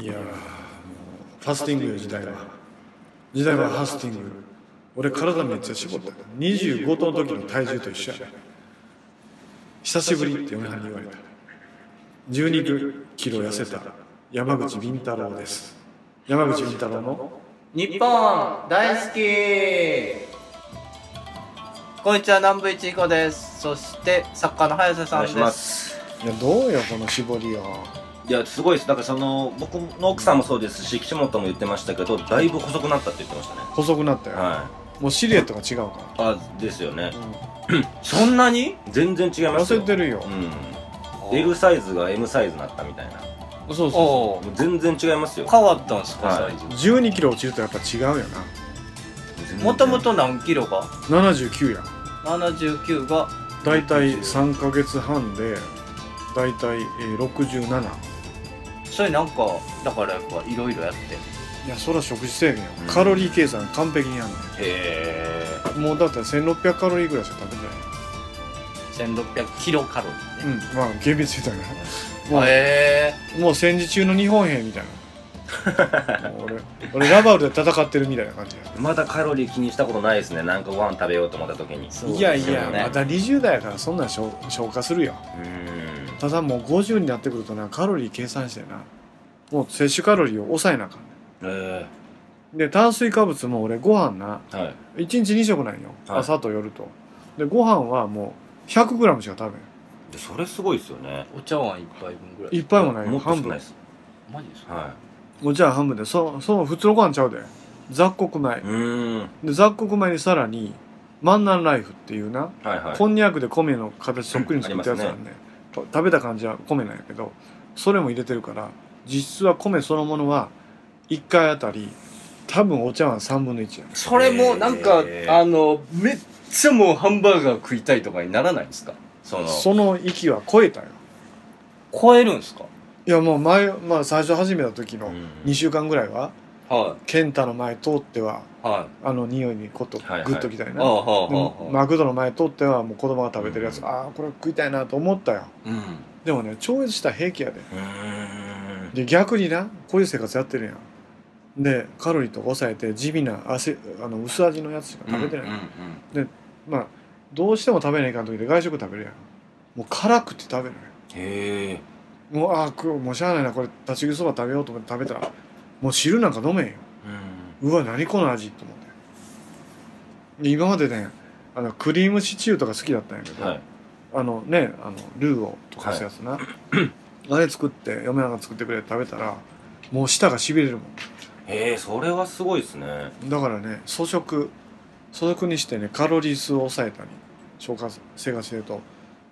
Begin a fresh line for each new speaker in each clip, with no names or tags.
いやーもうファスティングよ時代は時代はファスティング俺体めっちゃ絞った25頭の時の体重と一緒や久しぶりって嫁はんに言われた12キロ痩せた山口敏太郎です山口敏太郎の
日本大好きこんにちは南部一彦ですそして作家の早瀬
お
さん
願
で
いし
す
ます。
いやどうよこの絞りよ
いや、すごいです。なんかその、僕の奥さんもそうですし、岸本も言ってましたけど、だいぶ細くなったって言ってましたね。
細くなったよ、
はい。
もうシルエットが違うか
あ、ですよね
ら、。
そんなに全然違い
うん、
ま
痩
すよ。
せてるよ
う、ん。L サイズが M サイズになったみたいな。も
そう
お
そう
お
う全然違いますよ。
変わったんですか、
はい
サイ
そう12キロ落ちるとやっぱ違うよな
ズもともと何キロが
79や
79が
大体3ヶ月半で大体えー67
それなんかだからやっぱいろいろやって
いやそら食事制限よ、
うん
カロリー計算完璧にやんね
へ
んもうだって1600カロリーぐらいしか食べてな
1600キロカロリーね、
い、うん、まあ厳密に言ったらねもう
へえ
もう戦時中の日本兵みたいなもう俺俺ラバウルで戦ってるみたいな感じや
え。まだカロリー気にしたことないですね。なんかご飯食べようと思った時に。
そう
いや
です
い
よ
や、
ね
まだ20代やからそんなん消消化するよ
うん。
ただもう50になってくるとなカロリー計算してなもう摂取カロリーを抑えなあかんね
え
んで炭水化物も俺ご飯な
え。はい。
1日2食なんよ、
はい
朝と夜とでご飯はもう 100g しか食べん
でそれすごいですよね。
お茶碗一杯分ぐらい
一杯もない
も
よ
っと
半
少ない
分
です。
マジですか
は
お茶半分でそその普通のご飯ちゃうで雑穀米
い。うーん。は
で雑穀米にさらに万南ライフっていうな、
いはい。
こんにゃくで米の形そっくりに作ったやつなんで、と食べた感じは米なんやけどそれも入れてるから実質は米そのものは1回あたり多分お茶碗3分の1や
それもなんか、
へー
あのめっちゃもうハンバーガー食いたいとかにならないんですかその
その域は超えたよ
超えるんですか
いやもう前、まあ、最初始めた時
う
の
ん
2週間ぐらいは
は
健太の前通ってはい
はい
あの匂いにことグ
はいはい
ッときたい
あ
な、
あはあ
で
はあ
も
はあ
マクドの前通ってはもう子供が食べてるやつ、
うん
ああこれ食いたいなと思ったよ
うん
でもね超越したら平気やで
うーん。
で逆になこういう生活やってるやんでカロリーとか抑えて地味な汗あの薄味のやつしか食べてない、
うんうん
まあどうしても食べないかん時で外食食べるやんもう辛くて食べる
へえ。
やんもうああ食うもうしゃあないなこれ立ち食いそば食べようと思って食べたらもう汁なんか飲めんよ
うん。
うわ何この味と思ってで今までねあのクリームシチューとか好きだったんやけど、
はい。
あのねあのルーを溶かすやつな、 あれ作って嫁なんか作ってくれて食べたらもう舌がしびれるも
へえ、それはすごいですね。
んだからね粗食粗食にしてねカロリー数を抑えたり消化生活してると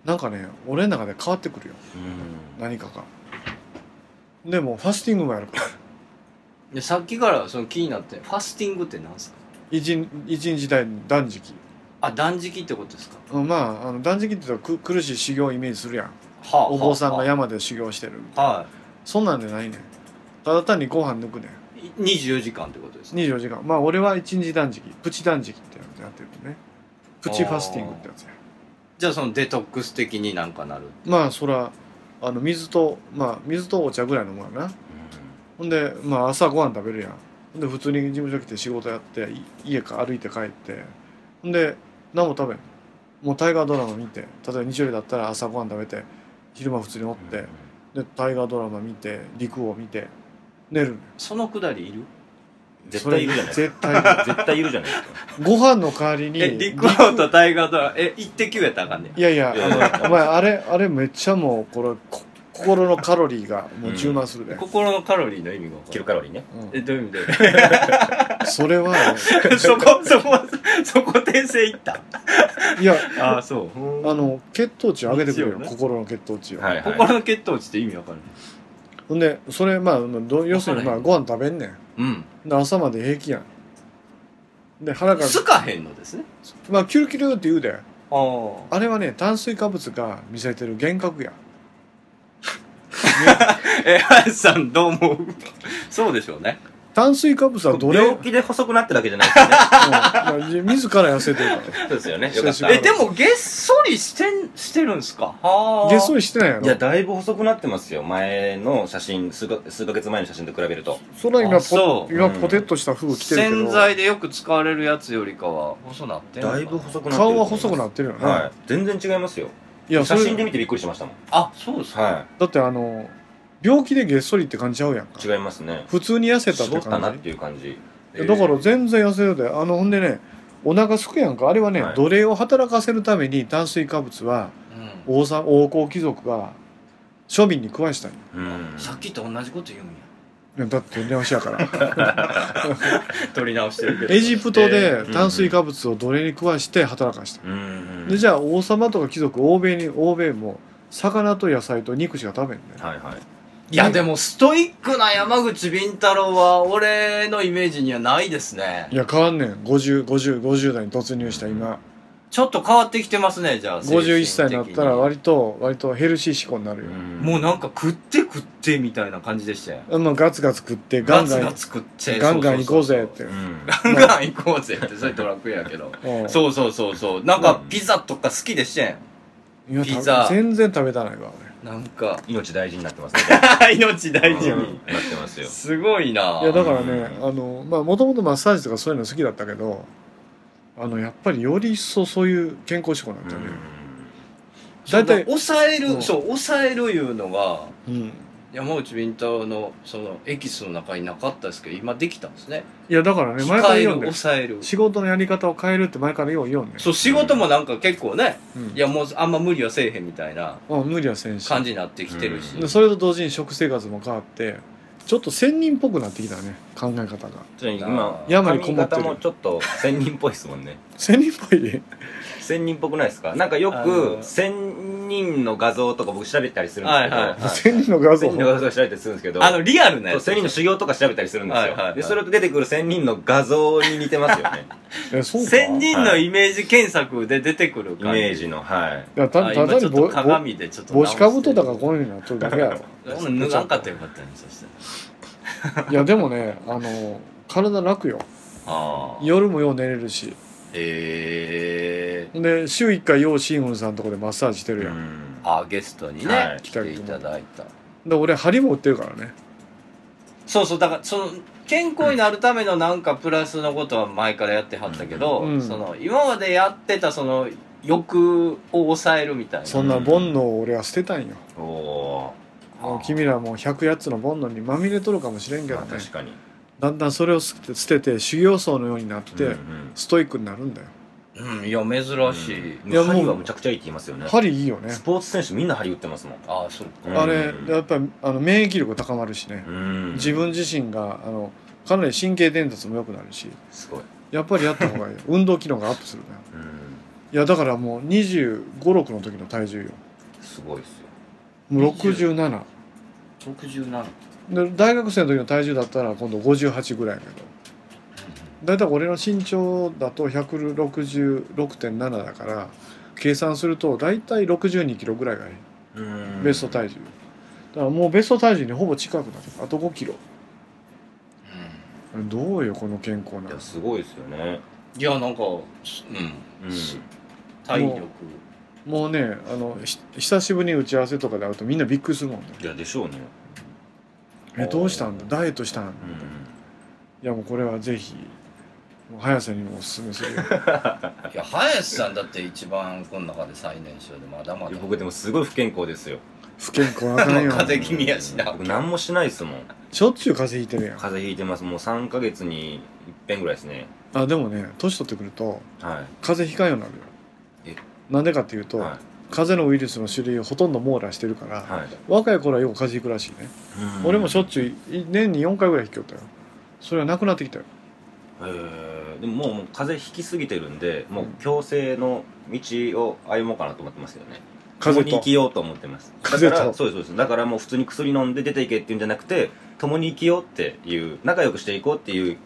なんかね俺の中で変わってくるよ
うん。
何かがでもファスティングもやるから
でさっきからその気になってファスティングってなんですか
一日一日断断食
あ断食ってことですか
うんまああの断食って言うとく苦しい修行をイメージするやん
はあ
お坊さんが
は
山で修行してる
あは
そんなんじゃないねんただ単にご飯抜くねん
い24時間ってことですね
24時間まあ俺は一日断食プチ断食ってやってるよねプチファスティングってやつや
じゃあそのデトックス的になんかなる
まあそらあの水とまあ水とお茶ぐらいのもんやなほんでまあ朝ご飯食べるやんほんで普通に事務所来て仕事やってい家か歩いて帰ってほんで何も食べんもう大河ドラマ見て例えば日曜日だったら朝ご飯食べて昼間普通におって、で大河ドラマ見て陸を見て寝る
そのくだりいる
絶対いるじゃないです
絶対いる
か。絶対いるじゃないですか。
ご飯の代わりに
えリクアウト大河ドラマえ一滴やったらあかんねん
いやいや、
いやいや
あのお前、あれ、あれめっちゃもう、これ、こ心のカロリーがもう充満するで。
心のカロリーの意味が分
キ
かる
ロカロリーね。
うん
えどういう意味で
それは、
そこ、そこ、そこ訂正いった。
いや、
ああ、そう。
あの、血糖値を上げてくれ
一応
よ、
ね
心の血糖値を。
はいはい。
心の血糖値って意味わかる
ほんで、それ、まあ、ど要するに、まあ、ご飯食べんね
うん。
ん。で、朝まで平気やん。で、腹が、
すかへんのですね。
まあ、キュルキュルって言うで。
ああ。
あれはね、炭水化物が見せてる幻覚や。
え、林さんどう思うそうでしょうね。
炭水化物はどれ
病気で細くなってるわけじゃないですよね。
うん自ら痩せてるから
そうです よね。よかっ
久
た。
々
え、
に
でも、げっそりしてん、してるんすかはあ。
げっそりしてないやろ
いや、だいぶ細くなってますよ。前の写真、数か数ヶ月前の写真と比べると。
そら今
あ
ポ
そう
今ポテッとした服着てるけど
洗剤でよく使われるやつよりかは、細なってんのか
だ
ない
ぶ細くなってる。
顔は細くなってるよね、
はい。全然違いますよ。
い、やそ
写真で
れ
見てびっくりしましたもん。
あ、そうですか。
は
だってあの病気でげっそりって感じちゃうやんか
い。違いますね。
普通に痩せたって
絞ったなっ
感じ
ていう感じ。
だから全然痩せるであのほんでねお腹すくやんかあれはね、
はい
奴隷を働かせるために炭水化物は
うん。
王さ王侯貴族が庶民に食わしたんよ
うん。
さっきと同じこと言うんや。
いやだって電話しやから
取り直してるけ
エジプトで
うん
炭水化物を奴隷に食わして働かした
うん。
でじゃあ王様とか貴族欧米に欧米も魚と野菜と肉しか食べんね
はいはい。
いや、でも、ストイックな山口敏太郎は、俺のイメージにはないですね
い。や変わんねん505050代に突入した今
ちょっと変わってきてますね、じゃあ。
51歳になったら
精神
割と割とヘルシー思考になるよ、
的にもうなんか食って食ってみたいな感じでしたよ。
まあ、ガツガツ食ってガ
ガ
ン
ツ
ガン
ガツ食って。
ガンガン行こうぜって
そそ
うん。、
そう。ガンガン行こうぜって、それドラクエやけど。
うん
そうそうそうそう。なんかピザとか好きでしてん。
いや
ピザ
全然食べたないわ
なんか
命大事になっ てますね。
命大事
うん
に。
なってますよ。
すごいな
俺いやだからね
うん
あのまあもともとマッサージとかそういうの好きだったけどあのやっぱりより一層そういう健康志向になったね
そう
大体
抑え
う
る、
ん
そう、抑えるいうのが、
うん、
山内敏太郎の、その、エキスの中になかったですけど、今できたんですね。
いやだからね前か
控
ら
える、
言うんで
抑える。
仕事のやり方を変えるって前からよう言うんで
そう、仕事もなんか結構ね、
うん
いや、もうあんま無理はせえへんみたいな
うん無理はせんし
感じになってきてるし。
うん
それと同時に食生活も変わってちょっと仙人っぽくなってきたね考え方が
ちなみに今、
山にこもってる
髪型もちょっと仙人っぽいです もんね。
仙人っぽいで
仙人っぽくないですかなんかよ
あ
く
の
仙人の画像とか僕調べたりするんですけど、
はいはいはい
仙人の画像
仙人の画像調べたりするんですけど
あの、リアルな
そ
や
う
つ。
仙人の修行とか調べたりするんですよ、
はいはいはい
でそれと出てくる仙人の画像に似てますよ ね
えそうか
仙
い
人のイメージ検索で出てくる
イ
感じ。
メージのはい
やた
あ
た
今
だに
ちょっと
ぼぼ
鏡でちょっと
帽子かぶとだから
の
このようになっとるだけやろ
脱がんかったらよかったねそしたら
いやでもねあの体楽よ
ああ
夜もよう寝れるし
ええ
で週1回ようシングルさんのとこでマッサージしてるやん、
ああゲストにね、
はい
来ていただいた
で俺針も打ってるからね
そうそうだからその健康になるためのなんかプラスのことは前からやってはったけど、
うん
その今までやってたその欲を抑えるみたいな
そんな煩悩を俺は捨てたんよ、
おお
もう君らもう100やつの煩悩にまみれとるかもしれん
ー、
けど
まあ
ね
確かに
だんだんそれを捨て捨てて修行僧のようになって、
うん
ストイックになるんだよ
うんいや
うん
珍しい、
うん
いやもう
針はむちゃくちゃいいって言いますよね
針いいよね
スポーツ選手みんな針打ってますもん
ああそう
うん
あれやっぱりあの免疫力高まるしね、
うん
自分自身があのかなり神経伝達も良くなるし
すごい、
やっぱりやった方 がいい運動機能がアップするね
うん、
いやだからもう2 5 6の時の体重よ
すごいですよ
もう67
67
で大学生の時の体重だったら今度58ぐらいやけどだいたい俺の身長だと166.7だから計算するとだいたい6 2キロぐらいがいいベスト体重だからもうベスト体重にほぼ近くなるあと5キロどうよこの健康
い
な
やすごいですよね、
いやなんかうん
うん、
体力
ももうねあのひ久しぶりに打ち合わせとかで会うとみんなびっくりするもんね
いやでしょうね、
えどうしたんだダイエットしたんだ
う
いやもうこれはぜひもう早瀬にもおすすめするよ
いや林さんだって一番この中で最年少でまだま
ん、い
だ
や僕でもすごい不健康ですよ
不健康なあかんよ
風邪気味やしな
僕何もしないですもん
しょっちゅう風邪ひいてるやん
風邪ひいてますもう3ヶ月に一遍ぐらいですね
あでもね年取ってくると
は
風邪ひかんようになるよなんでかっていう
い
と、
は
風邪のウイルスの種類をほとんど網羅してるから、
いはい
若い頃はよく風邪ひくらしいね、
うん
俺もしょっちゅうい年に4回ぐらいひきよったよそれはなくなってきたよ
えーでももうもう風邪ひきすぎてるんでもう強制の道を歩もうかなと思ってますよね
風
共
邪
に生
と
きようと思ってます
風邪と
だからそうですそうですだからもう普通に薬飲んで出ていけっていうんじゃなくて共に生きようっていう仲良くしていこうっていう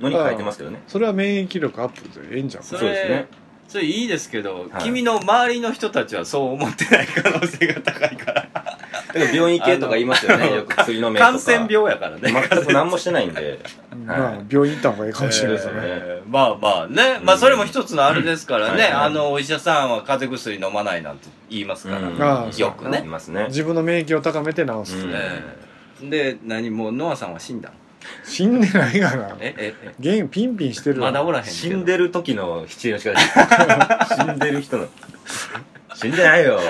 のに書いてますけどね
それは免疫力アップでええんじゃん
それ
そうですね
それいいですけど、
はい
君の周りの人たちはそう思ってない可能性が高いから
だでも病院行けとか言いますよねよく薬飲めとか
感染病やからね
全く何もしてないんで
まあ病院行った方がいいかもしれないですね、
えーまあまあね、まあそれも一つのあれですから
うん
ね、
はいはい
あのお医者さんは風邪薬飲まないなんて言いますから、
うん
ああ
よく
い
ね、
ま すね
自分の免疫を高めて治す、
うん
えーで何もうノアさんは死んだの
死んでないがな
えええ
原因ピンピンしてるわ
まだおらへんけど
死んでる時の失礼の仕 方死んでる人の死んでないよ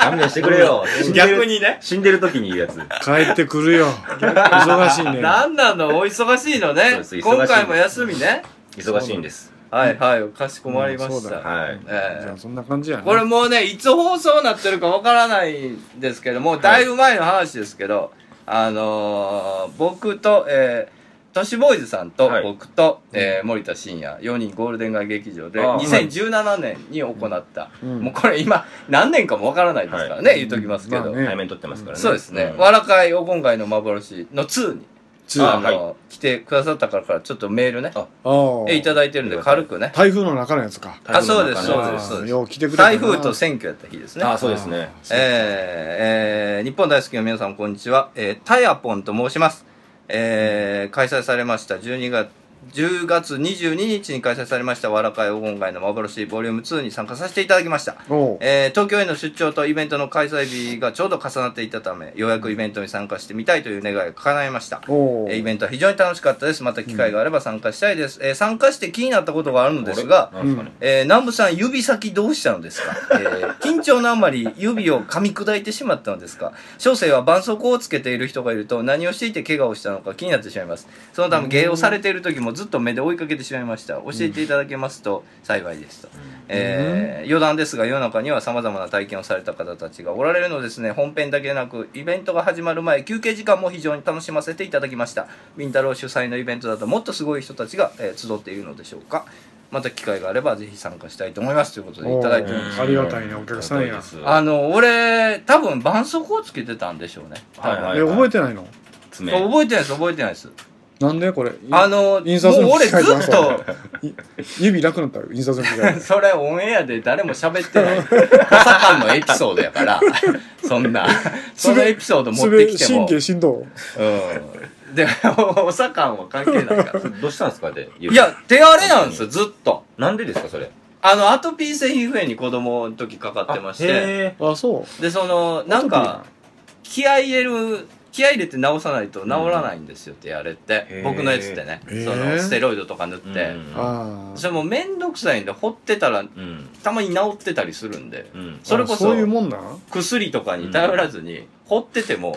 勘弁してくれよ死んでる
逆にね
死んでる時に言うやつ
帰ってくる よ忙しいね
なんなのお忙しいの
そう
ね
です忙しい
今回も休みね
忙しいんです
はいはいかしこまりま
うん
し
そうだ
た、
よ
はい
え
じ
え
ゃあそんな感じやね
これもうね、いつ放送になってるかわからないんですけども、だいぶ前の話ですけど、あのー僕と、えー、トシボーイズさんと
はい
僕と、えー森田真也、4人ゴールデン街劇場で、
ああ
2017年に行った、
うん
もうこれ今、何年かもわからないですからね、
はい
言っときますけど、
まあね
対面取ってますからね
そうですね、
ん
わらかいお今回の幻の2に、
つ
あ
あ
の
はい
来てくださったからから、ちょっとメールね、
あ
えいただいてるんで、軽くね、
台風の中のやつか
あそうですそうです
ああ
そうです
よう来てくれたな
台風と選挙やった日ですね。
ああそうですね
えーえー日本大好きの皆さんこんにちは、えー、タヤポンと申します、えー開催されました12月10月22日に開催されました「わらかい黄金街の幻ボリューム2に参加させていただきました、
おう
えー東京への出張とイベントの開催日がちょうど重なっていたためようやくイベントに参加してみたいという願いが叶いました
おう
えーイベントは非常に楽しかったですまた機会があれば参加したいです、えー参加して気になったことがあるのですが、
なんすかね
えー南部さん、指先どうしたのですか、 えー緊張のあまり指を噛み砕いてしまったのですか小生は絆創膏をつけている人がいると何をしていて怪我をしたのか気になってしまいます。そのため芸をされている時もずっと目で追いかけてしまいました。教えていただけますと幸いですと。えー余談ですが世の中には様々な体験をされた方たちがおられるのですね本編だけでなくイベントが始まる前休憩時間も非常に楽しませていただきましたビンタロウ主催のイベントだともっとすごい人たちが、えー集っているのでしょうかまた機会があればぜひ参加したいと思いますということでいただいて
お
る
うん
です
ありがたいねお客さんや
ありがたいです
あの俺多分絆創膏をつけてたんでしょうね、
はいはい
え覚えてないの
爪
そう覚えてないです覚えてないです
なんでこれ
あのもう
印刷の
俺
機
ず
械かな
っと
指なくなったよ印刷の機械
それオンエアで誰も喋って ないまさかのエピソードやからそんな そのエピソード持ってきても
神経振動
うんで おさかんは関係ない から
どうしたんですかで
いや手荒れなんですよずっと
なんでですかそれ
あのアトピー性皮膚炎に子供の時かかってまして
へ
あそう
でそのなんか気合い入れる気合い入れて治さないと治らないんですよ、手荒れって
へー
僕のやつってね
へー
そのステロイドとか塗っ
ー
て、
うん
あ
それもめんどくさいんで掘ってたら
うん
たまに治ってたりするんで
うん
それこそ
そういうもんなん
薬とかに頼らずに、掘ってても、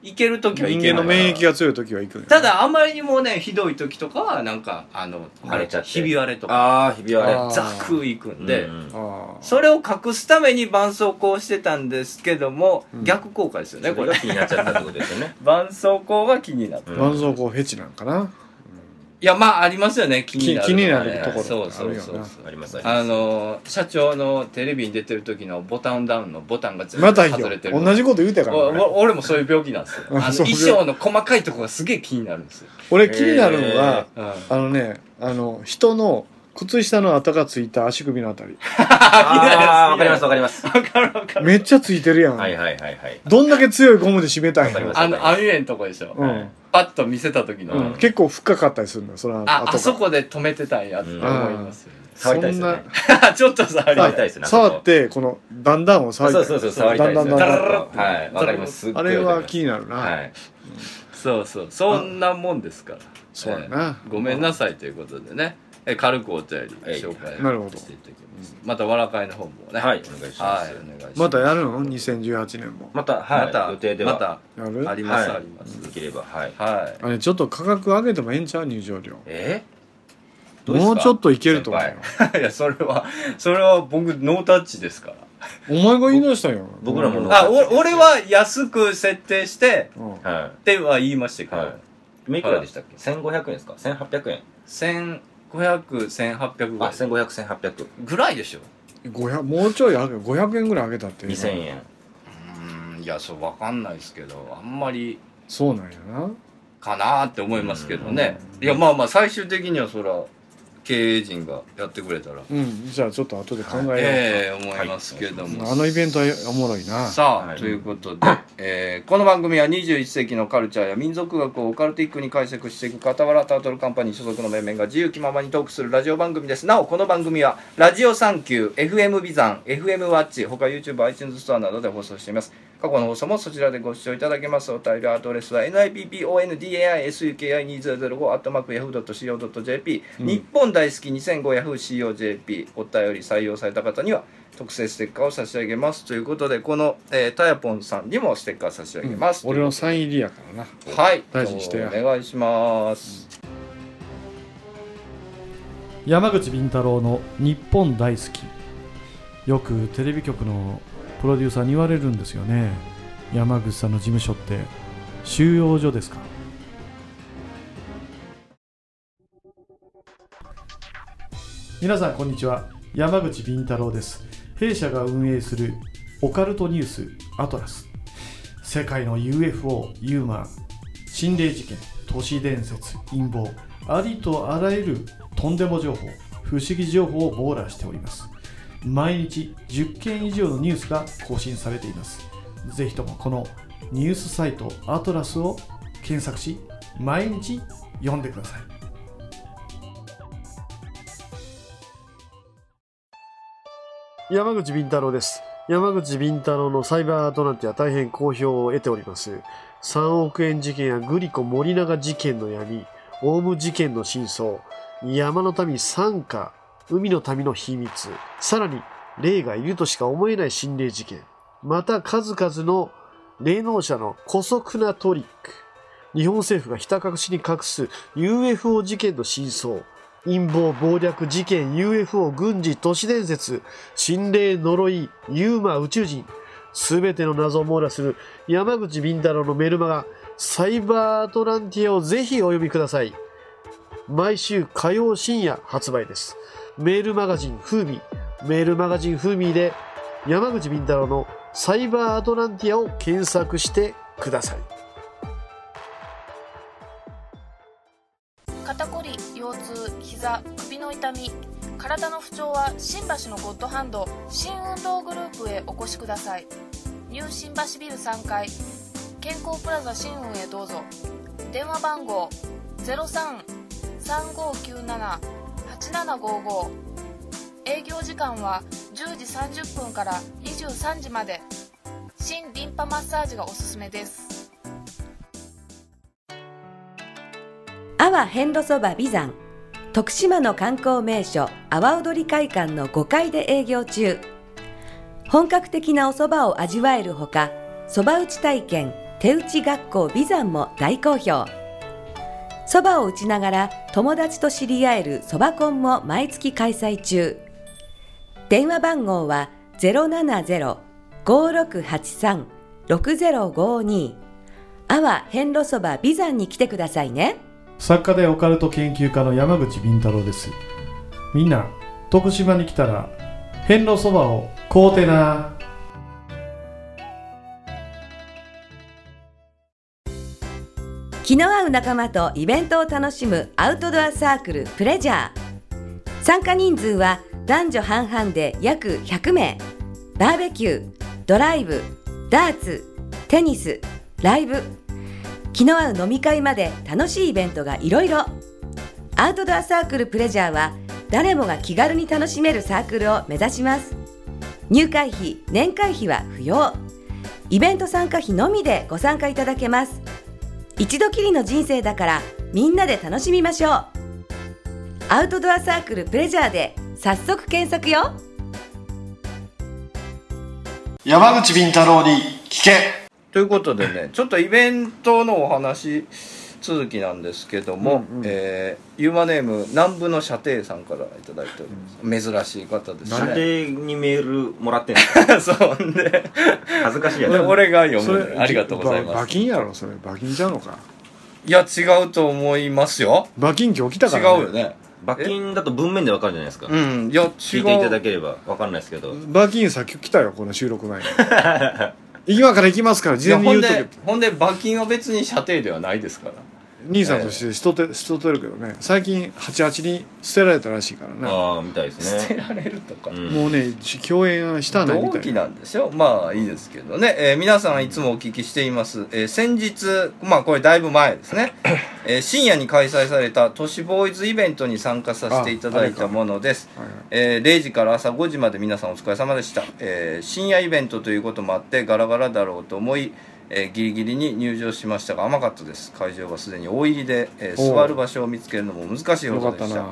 いけるときはい
人
け
間
る
の免疫が強い時は行くんや
ただ、あまりにもね、ひどいときとかは、なんか、あの、
荒れちゃって
ひび割れとか、
ああひび割れ
あー
ザクいくんで、
うん
ああ
それを隠すために絆創膏をしてたんですけども、
うん
逆効果ですよね、
ね
こ
こ
れ
れが。気になっちゃったってことですよね
絆創膏が気になった。い
うん
絆創膏フェチなんかな
や、まあ、ありますよね、気になる、
気気になるところ
そうそう
ある
そ
よ
う
な
そう。
ありますあります
あの社長のテレビに出てる時のボタンダウンのボタンが全
ま
部
たいい
外
よ
れてる
同じこと言うたから
お
俺
お俺もそういう病気なんですよあの
あそう
衣装の細かいとこがすげえ気になるんですよ、
俺気になるのは
うん、
あのねあの人の靴下の跡がついた足首のあたり
ああわかりますわかりますは
めっちゃついてるやん、
いはいはいはい
どんだけ強いゴムで締めたん
わかりま
や
す
あの網目のとこでしょ、
うん
パッと見せた時の、
うん、結構深かったりするのよその
あ
が
あそこで止めてたんやって思いますよ、
触りたいですよね
ね ちょっとさあ
触
れ
りたいですね
触ってこの段々を
あ
触り
そ
た
う
い
そうそう触りたいですね
だんだんだんだん
はいわかりますすっご
あ
い
れ
わ
は
かり
気になるな、
ますはい
そうそうそんなもんですから
そうやな、
ごめんなさいということでねえ軽くお便り紹介
なるほど
していただきますまたわらかいの方もね
はいお願いしま
はいお
す
願いします
またやるの2018年も
また
ま
は
た
い予定で
ま
は
た
やる
あります、
はい
あります
できればはい
はい
あ れちょっと価格上げてもええんちゃう入場料
えどですか
もうちょっといけると思うよ
先
いや、それは、それは僕、ノータッチですから。
お前が言い出したんやん
僕らもノータッチ
あ、お俺は安く設定して、
うんうん
は
っては言いましたけ
い
ど、
はい今いくらでしたっけ1500円ですか1800円
1500、1800ぐ
あ
らい。
15001800
ぐらいでしょ。
500もうちょい上げ500円ぐらい上げたって
2000円
うん、いや、そう、わかんないですけど、あんまり、
そうなんやな
かなーって思いますけどね。いや、まあまあ、最終的には、そら、経営陣がやってくれたら、
うんじゃあちょっと後で考えよう、
ええ思いますけども。
あのイベントはおもろいな
さあ、
はい
ということで、えーこの番組は21世紀のカルチャーや民族学をオカルティックに解釈していく傍らタートルカンパニー所属の面々が自由気ままにトークするラジオ番組ですなおこの番組はラジオサンキュー FM ビザン FM ワッチ他 YouTube、iTunes ストアなどで放送しています過去の放送もそちらでご視聴いただけますお便りアドレスは NIPPONDAISUKI2005-yahoo.co.jp、
うん
日本大好き 2005yahoo.co.jp お便り採用された方には特製ステッカーを差し上げますということでこの、えー、タヤポンさんにもステッカー差し上げます、
俺のサイン入りやからな
はい
大事にしてや
お願いします、
山口敏太郎の日本大好きよくテレビ局のプロデューサーに言われるんですよね山口さんの事務所って収容所ですか皆さんこんにちは山口敏太郎です弊社が運営するオカルトニュースアトラス世界の UFO ユーマー心霊事件都市伝説陰謀ありとあらゆるとんでも情報不思議情報を網羅しております毎日10件以上のニュースが更新されていますぜひともこのニュースサイトアトラスを検索し毎日読んでください
山口敏太郎です。山口敏太郎のサイバーアトランティア大変好評を得ております。3億円事件やグリコ森永事件の闇、オウム事件の真相、山の民参加、海の民の秘密、さらに霊がいるとしか思えない心霊事件、また数々の霊能者の古速なトリック、日本政府がひた隠しに隠す UFO 事件の真相、陰謀、暴略、事件、UFO、軍事、都市伝説、心霊、呪い、ユーマ、宇宙人、すべての謎を網羅する山口敏太郎のメルマガ、サイバーアトランティアをぜひお読みください。毎週火曜深夜発売です。メールマガジンフーミー、メールマガジンフーミーで山口敏太郎のサイバーアトランティアを検索してください。
肩こり腰痛膝首の痛み体の不調は新橋のゴッドハンド新運動グループへお越しくださいニュー新橋ビル3階健康プラザ新運へどうぞ電話番号0335978755営業時間は10時30分から23時まで新リンパマッサージがおすすめです
阿波遍路そば美山徳島の観光名所阿波踊り会館の5階で営業中本格的なお蕎麦を味わえるほか蕎麦打ち体験手打ち学校美山も大好評蕎麦を打ちながら友達と知り合える蕎麦コンも毎月開催中電話番号は070-5683-6052阿波遍路そば美山に来てくださいね
作家でオカルト研究家の山口敏太郎ですみんな徳島に来たら遍路そばを買うてな
気の合う仲間とイベントを楽しむアウトドアサークルプレジャー参加人数は男女半々で約100名バーベキュードライブダーツテニスライブ気の合う飲み会まで楽しいイベントがいろいろアウトドアサークルプレジャーは誰もが気軽に楽しめるサークルを目指します入会費年会費は不要イベント参加費のみでご参加いただけます一度きりの人生だからみんなで楽しみましょうアウトドアサークルプレジャーで早速検索よ
山口敏太郎に聞け
ということでねちょっとイベントのお話続きなんですけども、
うんうん
えーユーマネーム南部の射程さんからいただいております珍しい方です
なん
ね
でにメールもらってん の
そうねで
恥ずかしいや
で
つ
俺が読
そ
むの
れ
ねありがとうござい
ば
ま
馬
す
金やろそれ馬金ちゃうのか
いや違うと思いますよ
馬金今日来た
違
か
う
ら、
よね
罰金だと文面でわかるじゃないですか、
うんいや違う
聞いていただければわかんないですけど、
馬金さっき来たよこの収録前に 今から行きますから
い
事
や
前に言
ほん
うとけっ
で
て
ほんで罰金は別に射程ではないですから
兄さんとして人手人とるけどね最近88に捨てられたらしいからね
ああみたいです
捨て
ね、
られるとか、
うん
もうね共演はしたないみ
同
たい
期
な
なんでしょまあいいですけどね、えー皆さんいつもお聞きしています、えー先日まあこれだいぶ前ですね、えー深夜に開催された都市ボーイズイベントに参加させていただいたものです
はいはい
えー0時から朝5時まで皆さんお疲れ様でした、えー深夜イベントということもあってガラガラだろうと思い、えーギリギリに入場しましたが甘かったです会場がすでに大入りで、えー
おう
座る場所を見つけるのも難しいほ
よか
ど
っ
で
た
し
な
た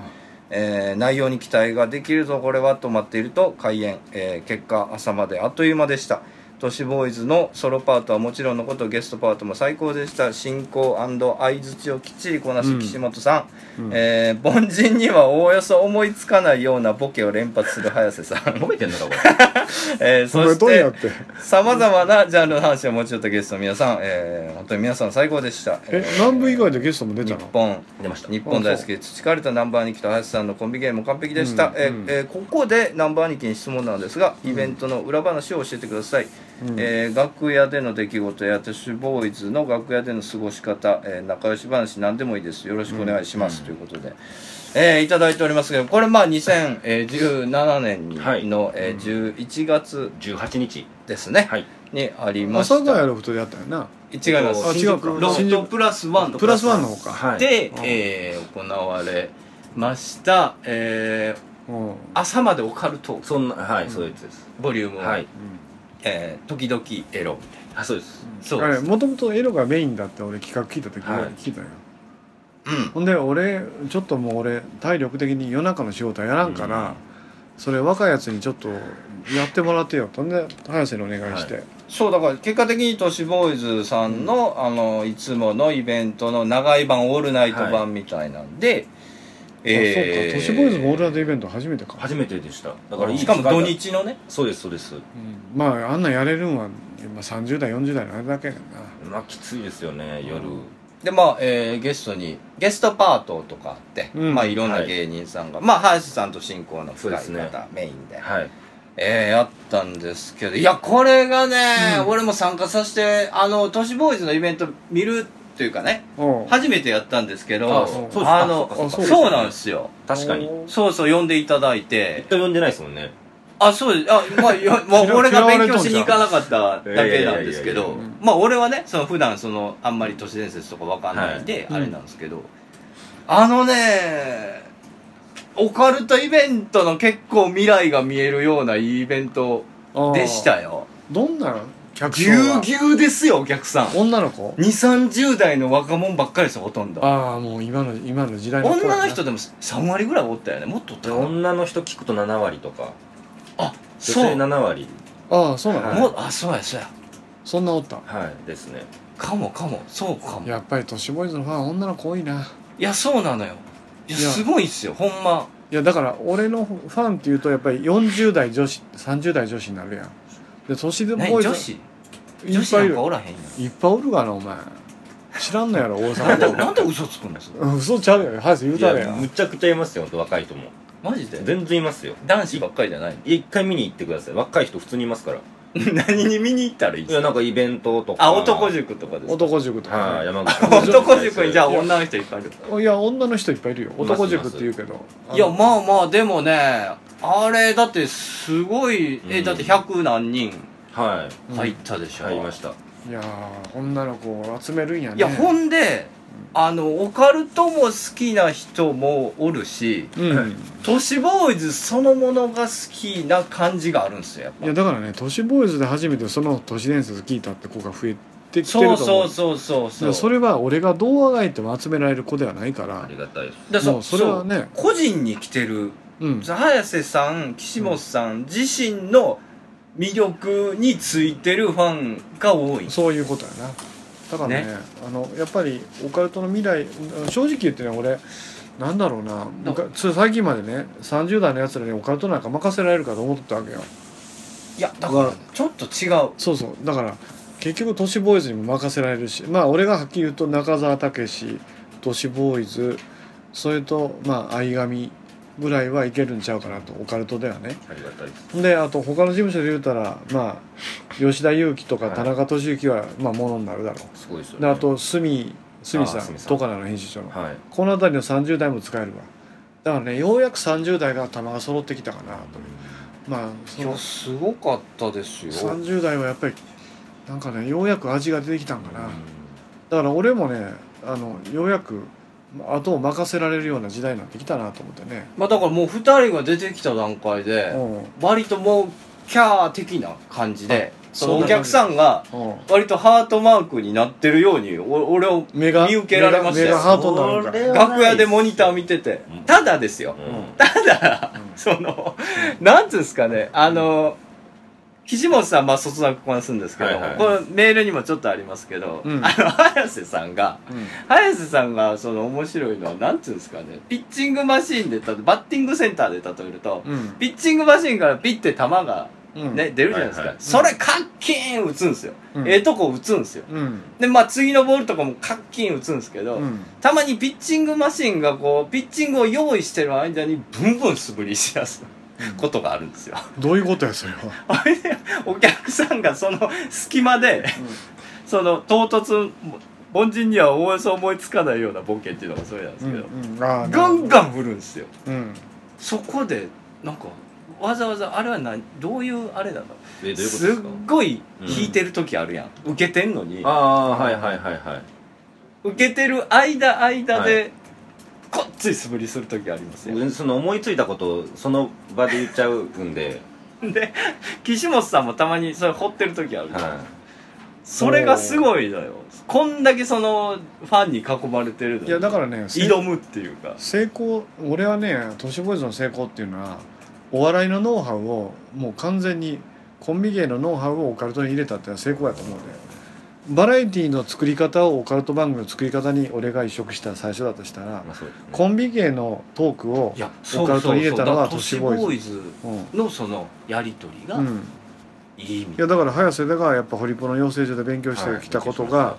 えー内容に期待ができるぞこれはと待っていると開演、えー結果朝まであっという間でした都市ボーイズのソロパートはもちろんのことゲストパートも最高でした進行相づちをきっちりこなす岸本さん、えー凡人にはおおよそ思いつかないようなボケを連発する早瀬さ ん、
褒めてんのかこれ
えー
そ
そ
れ
し
どうやってて
さまざまなジャンルの話を持ち寄ったゲストの皆さん、えー本当に皆さん最高でした
え南部以外でゲストも出
日
たの
本
出ました
日本大好きで培われたナンバー兄貴と林さんのコンビゲームも完璧でした、
うん
え
うん
えーここでナンバー兄貴に質問なんですがイベントの裏話を教えてください、
うん
えー楽屋での出来事やテッシュボーイズの楽屋での過ごし方、えー仲良し話何でもいいですよろしくお願いします、ということで、えーいただいておりますけどこれまあ2017年に
はい
の、えー11月
18日
ですね、
はい
にありまし
朝佐ヶ
た
谷ロフトでやったよな
違います
あ違うか
ロ
新
フト
宿
プラスワンと
プラスワンの方か
はい
で、
うん
えー行われました、えー
うん
朝までオカルトーク
そんなはい、そういうやつです
ボリューム1、
はい
えー時々エロみたい
あそうです
なそ
あ
うで
れ
す
もともとエロがメインだって俺企画聞いた時
はい
聞いたよ、
うん
ほんで俺ちょっともう俺体力的に夜中の仕事はやらんから、
うん
それ若いやつにちょっとやってもらってよとんで早瀬にお願いして、
そうだから結果的に都市ボーイズさんの,、あのいつものイベントの長い版オールナイト版みたいなんで、え
あそうか都市ボーイズもオールナイトイベント初めてか、
初めてでしただからいい
しかも土
機会だ
日のね
そうですそうです
うんまああんなんやれるんは今30代40代のあれだけやな
まあきついですよね夜、
うん
でまあ、えーゲストにゲストパートとかあって、
うん
まあいろんな芸人さんが、まあ林さんと進行の深い
そう
方、
ですね
メインで、
はい
えーやったんですけどいやこれがね、俺も参加させてあの都市ボーイズのイベント見るというかね
おう
初めてやったんですけど
あそうです
あ
あそう
の
かそう
か
そうなんですよ
確かに一
そうそう呼んでいただいて
回呼んでないですもんね
あ、そうです。あ、まあ、 よまあ、
嫌
俺が
嫌わ
勉
れと
強
んじ
し
ゃん
に行かなかっただけなんですけ
いやいやいやいやい
ど
や
うん、
まあ、俺はね、その普段、その、あんまり都市伝説とかわかんないんで、
はい
あれなんですけど、あのね、オカルトイベントの結構未来が見えるようないいイベント
ああ
でしたよ。
どんな客
ぎ
層
ゅう
は
ぎゅうですよ、お客さん。
女の子
2、30代の若者ばっかりですよ、ほとんど。
ああもう今の今の時代の子や
女
な
の人でも3割ぐらいおったよね。もっとおった
で
かな
女の人聞くと7割とか
あ、
女
そ
性
う。も
7割
ああそうなの、
はい
っあ、そうや、そうや。
そんなおった
はいですね
かもかも、そうかも。
やっぱり都市ボーイズのファン女の子多いない
やそうなのよいや
いや
すごいっすよほんま
いやだから俺のファンっていうとやっぱり40代女子30代女子になるやんで都市でボ
何
ーイズ
女子
い
女
っ
子
ぱ
ない
い
ん
る
かおらへんよ
いっぱいおるがなお前知らんのやろ大
なん でな
阪
んで嘘つくんです
うん嘘ちゃうやろ早瀬言う
い
たれ
や
や
むちゃくちゃいますよほんと若い人も
マジで
全然いますよ
男子ばっかりじゃないの
いや一回見に行ってください若い人普通にいますから
何に見に行ったらいい
いやなんかイベントとか
あ男塾とかですか
男塾と
は
か
い、山口
男塾にじゃあ
いや
女の人いっぱいいる
いや女の人いっぱいいるよ
います
男塾って言うけど
いや
あの
まあまあでもねあれだってすごいえ
うん
だって100何人
は
入ったでし
い
ょ、
入りました
いやー女の子を集めるんやね
いやほんであのオカルトも好きな人もおるし
うん
都市ボーイズそのものが好きな感じがあるんですよやっぱ
いやだからね都市ボーイズで初めてその都市伝説聞いたって子が増えてきて
そ
る
う
と思
そううそ
だ
うそう
か
そ
ら
う
それは俺がどうあがいても集められる子ではないか
あ
ら
りがたいです
だから
もうそれはね
個人に来てる
うん
早瀬さん岸本さん自身の魅力についてるファンが多い
そういうことやなだからね
ね
あのやっぱりオカルトの未来うん正直言ってね俺なんだろうなむかつ最近までね30代のやつらにオカルトなんか任せられるかと思ってたわけよ
いやだからちょっと違う
そうそうだから結局都市ボーイズにも任せられるしまあ俺がはっきり言うと中澤武史都市ボーイズそれとまあ相上ぐらいはいけるんちゃうかなとオカルトではね
ありがたいです
であと他の事務所で言うたらまあ吉田裕樹とか
はい
田中俊之はまあものになるだろう
すごいですよ
で
ね
あと鷲見隅
あー
さん
鷲見さん
とかなの編集長の
はい
この辺りの30代も使えるわだからねようやく30代が球が揃ってきたかなというまあその
すごかったです
30代はやっぱりなんかねようやく味が出てきたんかな、
うん
だから俺もねあのようやく後を任せられるような時代になってきたなと思ってね、
まあだからもう2人が出てきた段階で、
うんうん
割ともうキャー的な感じでその
そん
お
な感
客
じ
さんが割とハートマークになってるようにお俺を
目が
見受けられましたよ
目が目がハートになるんか
それは
楽屋でモニター見てて
うん
ただですよ
うん
ただそのなんつうんですかねあの岸本さんまあ卒学ここに住んですけど
はいはい
これメールにもちょっとありますけどあ
うん
の早瀬さんが
うん
早瀬さんがその面白いのはなんつうんですかねピッチングマシーンで例えばバッティングセンターで例えると
うん
ピッチングマシーンからピッて球が
うん
ね、出るじゃないですか、
はいはい
それカッキーン打つんですよ、
うん
ええとこ打つんですよ
うん
でまあ次のボールとかもカッキーン打つんですけど、
うん
たまにピッチングマシンがこうピッチングを用意してる間にブンブン素振りしだすことがあるんですよ、
どういうことやそれは
あれで お客さんがその隙間で、その唐突凡人にはおおよそ思いつかないようなボケっていうのがそれなんです
うん
けど、
うんああ
ガンガン振るんですよ
うん
そこでなんかわざわざあれは何どういうあれなの
えどういうこと
す
で
っ
すか
ごい引いてる時あるやん、受けてんのに
ああはいはいはいはい
受けてる間間で、
は
こっちり素振りする時ありますよ
僕その思いついたことをその場で言っちゃうんで、
で岸本さんもたまにそれ掘ってる時あるじゃん、
は
それがすごいのよこんだけそのファンに囲まれてるのに
いやだからねせ
挑むっていうか
成功俺はね都市ボーイズの成功っていうのはお笑いのノウハウをもう完全にコンビ芸のノウハウをオカルトに入れたっていうのは成功やと思うねバラエティの作り方をオカルト番組の作り方に俺が移植した最初だとしたら
い、まあそうですね
コンビ芸のトークを
いや
オカルトに入れたのは都市ボーイ
イズ
うん
のそのやり取りが
うん、
いいみ
いやだから早瀬田がやっぱホリプロの養成所で勉強してきたことが、
はい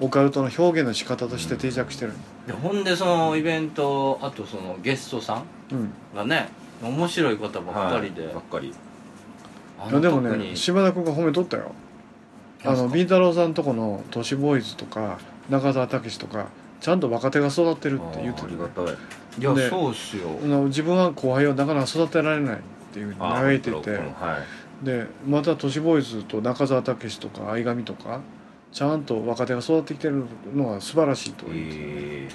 オカルトの表現の仕方として定着してる、
でほんでそのイベントあとそのゲストさん
うん
がね面白い方ばっかりで、
はいばっかり
あ
いや
の
でも
特
ね
に
柴田君が褒めとったよあ
なんす
の
か
ビー太郎さんとこの都市ボーイズとか中澤武史とかちゃんと若手が育ってるって言って
あ
る、ね
ーありがたい
いや
で
そうっすよ
あの自分は後輩をなかなか育てられないっていうふうに
あー
嘆いてて
うんはい
でまた都市ボーイズと中澤武史とか相上とかちゃんと若手が育ってきてるのは素晴らしいと言ってたね
え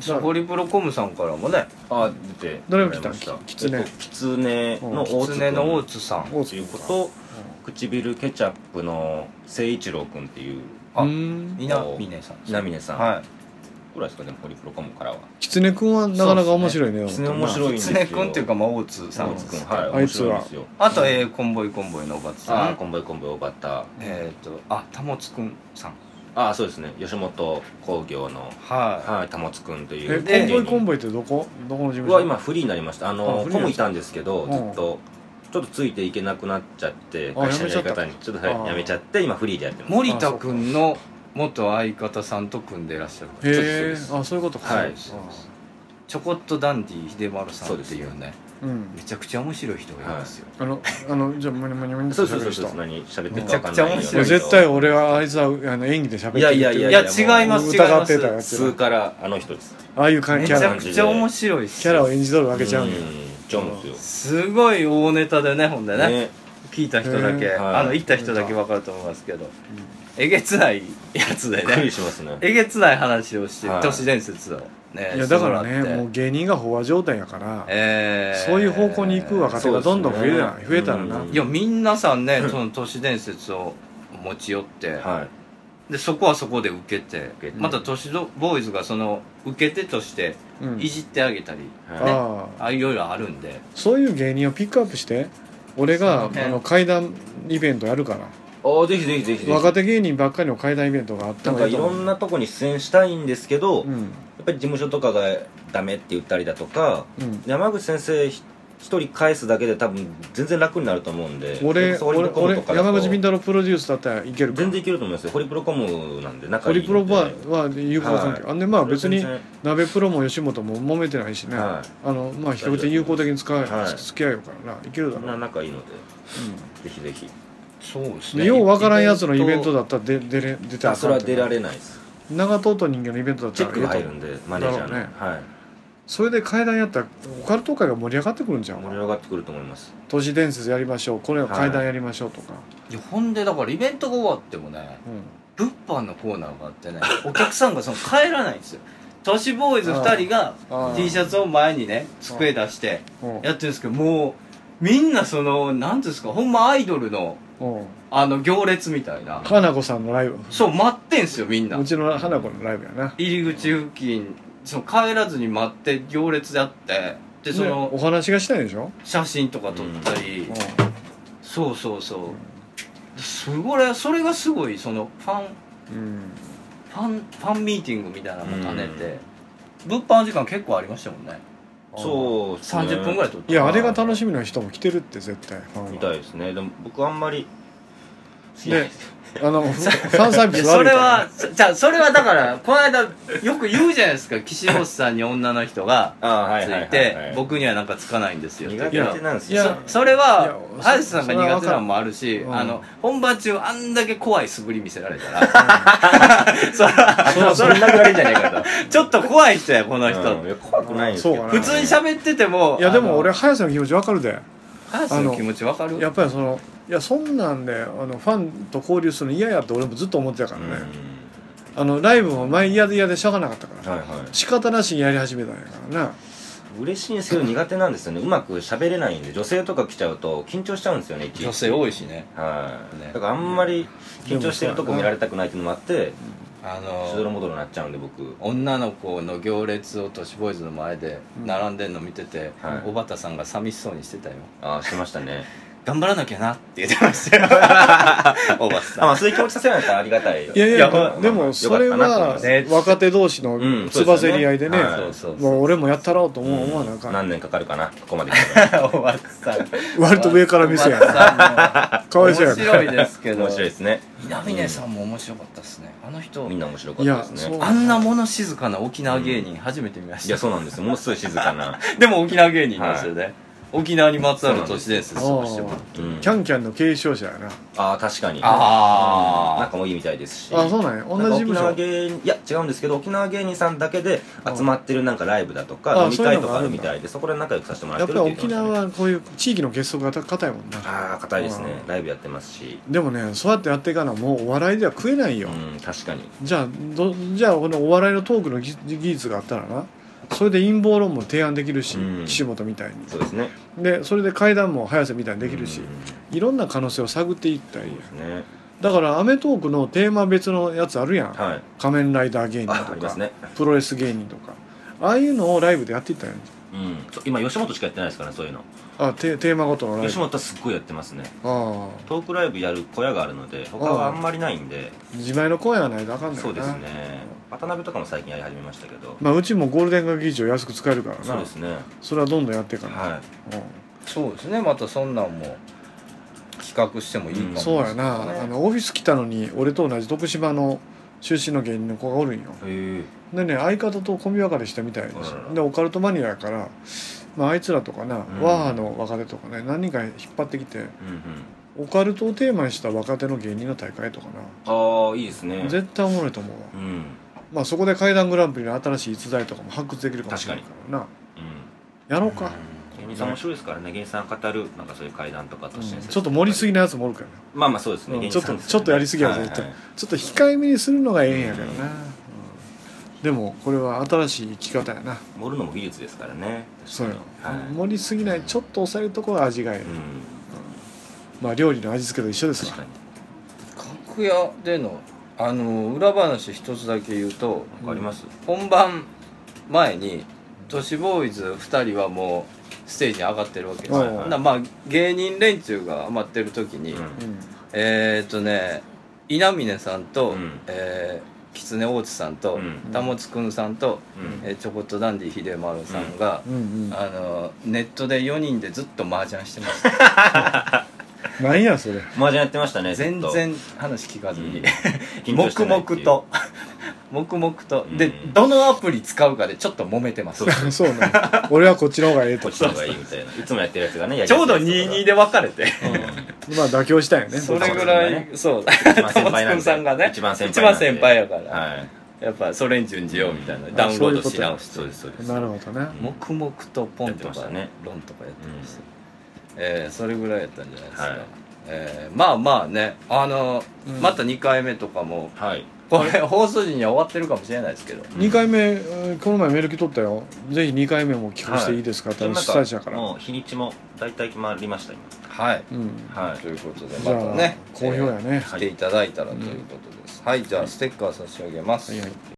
そうホリプロコムさんからもね
ー、あー出て
誰が来た
もらいました
き狐
えっと狐の大津
狐の大津さん
大
と
津
いう
君
こ
か
と唇ケチャップの誠一郎君っていう
あ
うん
稲峰さん
稲峰さん、
は
ぐらいですかねホリプロコムからは
狐君はなかなか面白いね
い
本当にな
面白いんですよ
狐くんっていうかまあ大津さん
大津君はい
あい
面
つ
白い
は
ですよ
あと、えー、コンボイコンボイのおばつさ
あー
ん
コンボイコンボイおばた
えっ、とあたもつくんさん
ああそうですね吉本興業の
は
はい玉津君とい
え
う
コンボ
で
イコン
ボ
ボイってどこどこの事務所
は今フリーになりましたあ
あ
の
フリー
コ
なん
ム
で
い
す
たんですけど
うん
ずっとちょっとついていけなくなっちゃって
あ
会社のやり方にちょっと
あ
はいやめちゃって今フリーでやって
い
ます
森田くんの元相方さんと組んでいらっしゃるから
へえあそういうことか、
はい
ちょこっとダンディ秀丸さんっていうね
うん
めちゃくちゃ面白い人がいるんですよ、
あの、あの、じゃあ、むにむにむに。
そうそうそうそう何喋ってるかわかんな
め
い
ちゃくちゃ面
も
白
う
い
絶対俺はあいつは、あの、演技で喋ってるって
いやいやいや
いや違います違い
疑
ま
っ
す
てたやつ
数
や。
からあの人です
ああいう感
め
じ
ち
キ
ゃ
ャラ、
くちゃ面白いっす
キャラを演じとるわけちゃうんや。
ちゃうんです
すごい大ネタでねほんで
よ
ね
ね
聞いた人だけ、
へ
ーはい
あの行った人だけ分かると思いますけど、えげつないやつ
び
で
っくり
ね
しますね
えげつない話をして、
はい
都市伝説をね
いや、だから
しても
ね、
ら
も
って
う芸人が飽和状態やから、
えー
そういう方向に行く若手がどんどん増え
そう
な
ですね
増えたらな
う。ん
いやみんなさんねその都市伝説を持ち寄って、
はい
でそこはそこで受けて
受けて
また都市ボーイズがその受け手として
うん
いじってあげたり、
は
ああ、
あいろいろあるんで
そういう芸人をピックアップして、俺が、あ
その辺
の、怪談イベントやるから。
いおーぜひぜひぜひぜひ
若手芸人ばっかりの怪談イベントがあった
な
方
んか
がい
い
いと
ろ
思う。
んなとこに出演したいんですけど、
う
や
ん。
っぱり事務所とかがダメって言ったりだとか
うん。
山口先生ひ一人返すだけで多分全然楽になると思うんで
俺、
それ
俺、
こそホリ
俺
プロコムと、かだと
山口敏太郎プロデュースだったらいけるか
全然いけると思いますよホリプロコムなんで仲
ホ
いい
リ
んで
プロはは友好関係、
はい
あんでまあ別に
全然
鍋プロも吉本も揉めてないしね、
は
あのまあ比較的友好的に使う、
はい
付き合いよからないけるだ
みん
ろ
な
う、
仲いいのでぜひぜひ
そうです
うん、ようわからんやつのイベントだったら出出れ出たら
あ
あ
そ
か
れ
ん
は
って
出られないです
長党と人間のイベントだっ
チ
た
ェッ
ら
ク
ええと
が入るんでマネージャーの、
なる
はい
それで会談やったらオカルト界が盛り上がってくるんじゃん
盛り上がってくると思います
都市伝説やりましょうこれを会談やりましょうとか、
いやほんでだからイベントが終わってもね物販のコーナーがあ ってねお客さんがその帰らないんですよ都市ボーイズ2人が
うんああ
T シャツを前にね机出して
うん
やってるんですけどもうみんなその何ていうんですかほんまアイドルの
うん
あの行列みたいな
花子さんのライブ
そう待ってんすよみんな
うちの花子のライブやな
入り口付近その帰らずに待って行列であってでそ
ねお
の
話がしたいでしょ、
写真とか撮ったり、
うん
そうそうそうすごいそれがすごいそのファン
うん
ファンファンミーティングみたいなのも兼ねて、物販時間結構ありましたもんね
そうっすね
30分ぐらい撮って
いやあれが楽しみな人も来てるって絶対ファンは
みたいですねでも僕あんまり
であのファンサービ
いや
ス
そ
悪い
れ
から
はそじゃあそれはだからこの間よく言うじゃないですか岸本さんに女の人が
ああ
つ
はいはい
い
はい
て
はい
僕にはなんかつかないんですよって言う
苦
けど
手なんです
いや
よ
い
それ
いや
は
そ
ハルさんが苦手なのもあるし、
それはわか
あ
る
の本番中あんだけ怖い素振り見せられたら そら
そそんなぐらいじゃないかと
ちょっと怖い人やこの人、
うんいや怖くないんですけど
そうか
普
な
通に喋ってても
いやでも俺
あ
速さの気持ちわかるで
のハルさんの気持ちわかる
やっぱりそのいやそんなんであのファンと交流するの嫌やって俺もずっと思ってたから
うん
ね、あのライブも前嫌で嫌でしゃがなかったから、
はいはい
仕方なしにやり始めたんやからな
嬉しいんですけど苦手なんですよねうまく喋れないんで女性とか来ちゃうと緊張しちゃうんですよねいちいち
女性多いしね
はい、
ね
だからあんまり緊張してるとこ見られたくないっていうのもあって
あ
しどろ
の
もどろになっちゃうんで僕
女の子の行列を都市ボーイズの前で並んでんの見てて、
はい
小畑さんが寂しそうにしてたよ
ああしてましたね
頑張らなきゃなって言ってましたよ小畑
あ
さ
ま
ん
あそういう気持ちさせられたらありがたい
いやいや
まあまあ
でもそれ
よかったなと思い
は
ます
ね
若手同士の
うん
つばぜり合いでね,、
そうですね
そうそうそう
もう俺もやったろうと思う思わなあかん、
何年かかるかなここまで来 たら
小畑さん
割と上から見せやなかわいそうや
面
な
白いですけど
面白いですね
稲峰さんも面白かったですねあの人
みんな面白かったです
いやそう
ね
あんな物静かな沖縄芸人初めて見ま
い
し
や
た
そうなんですよものすごい静かな
でも沖縄芸人なんですよね、沖縄にまつわる都市伝説としても
うん
キャンキャンの継承者やな
ああ確かに
あー
うん仲もいいみたいですし
あそうなんや同じ事務
なんか沖縄
所
芸人いや違うんですけど沖縄芸人さんだけで集まってるなんかライブだと
あ
か飲み
そういう
会
の
と
があ
かあ
る
る
んだ
みたいでそこで仲良くさせてもら
や
っ
ってぱ
る
り
っていう
沖
の
縄
は
はこういう地域の結束が固いもんな
ああ硬いですねライブやってますし
でもねそうやってやっていかなもうお笑いでは食えないよ、
うん確かに
じゃあどじゃあこのお笑いのトークの技技術があったらなそれで陰謀論も提案できるし、
うん
岸本みたい
そう
に
ですね
でそれで階段も早瀬みたいにできるし
うん、
いろんな可能性を探っていったらいいや
そうですね
だから『アメトーク』のテーマ別のやつあるやん、
はい
仮面ライダー芸人
ああり
と
ま
か、
すね
プロレス芸人とかああいうのをライブでやっていったんやん
うんそう今吉本しかやってないですからねそういうの
あテテーマごとのライ
吉
ブ
本はすっごいやってますね
ああ
トークライブやる小屋があるので他はあんまりないんで
自前の声がないとあかんない
そうですね渡辺とかも最近やり始めましたけど
まあうちもゴールデンガ劇場安く使えるから
そう
な
ですね
それはどんどんやっていかな、
は
そうですねまたそんなんも企画してもいいかも
う
うんん
そうやな、あのオフィス来たのに俺と同じ徳島の出身の芸人の子がおるんよ
いへえ
でね相方とコンビ別れしたみたいです
あらら
でオカルトマニアやから、まあ、あいつらとかな、
ん
ワーハの若手とかね何人か引っ張ってきて
うんうん
オカルトをテーマにした若手の芸人の大会とか
ああいいです
な、
ね
絶対おもろいと思うわ、
うんうん
まあ、そこで怪談グランプリの新しい逸材とかも発掘できるかもしれないからなやろうか、
芸人さん面白いですからね芸人さんが語るなんかそういう怪談とか都市伝説
ちょっと盛りすぎなやつもおるからな
まあまあそうですね
うん
芸人さんです
ちょっとちょっとやりすぎやぞ
は
絶対
はい
ちょっと控えめにするのがええんやけどな、うんでもこれは新しい生き方やな
盛るのも技術ですからね
そうや
確かにはい
盛りすぎないちょっと抑えるところは味がいい、
うん
まあ料理の味付けと一緒です
確か
わ
楽
に
屋でのあの裏話一つだけ言うと
わかります
本番前に都市ボーイズ2人はもうステージに上がってるわけですよ、
はいはい
なまあ芸人連中が余ってる時に、
うん
えー、っとね稲峰さんと、
うん
えー、狐大津さんと、
うん
たもつくんさんと、
うん
えー、ちょこっとダンディ秀丸さんが、
うんうん
あのネットで4人でずっと麻雀してま した
何やそれ
麻雀やってましたねずっ
全
と
然話聞かずに、
緊張
黙
してない
々
っていう
と 黙々と、で
うん
どのアプリ使うかでちょっと揉めてます
そう
そうなの俺はこっちの方がええ
ことっちの方がいいみたいないつもやってるやつがねや り
ち
やす
ょう
いや
ど
つ
22で分かれて
まあ妥協したんやね
それ
僕は
ぐらいそう
一番先輩なんで
さんがね
一番先輩
一番先輩やから
はい
やっぱソ連準じようみたい
あ
なダウンロ
そう
ード
いうこと
し直して
そうですそうです
なるほどね
黙々とポンと
やってまし
か、
たね
ロンとかやってました、えーそれぐらいやったんじゃないですか、
はい
えーまあまあねあの、
うん
また2回目とかも
はい
これ放送時には終わってるかもしれないですけど
2回目えーこの前メール来とったよぜひ2回目も聞かせていいですかってあの主催者から
もう日にちも大体決まりました今
はい
うん
はい
ということで
じ
ま
ゃ
た
あ
ね
好評やね
来ていただいたらということですはい、じゃあステッカー差し上げます、
はいはい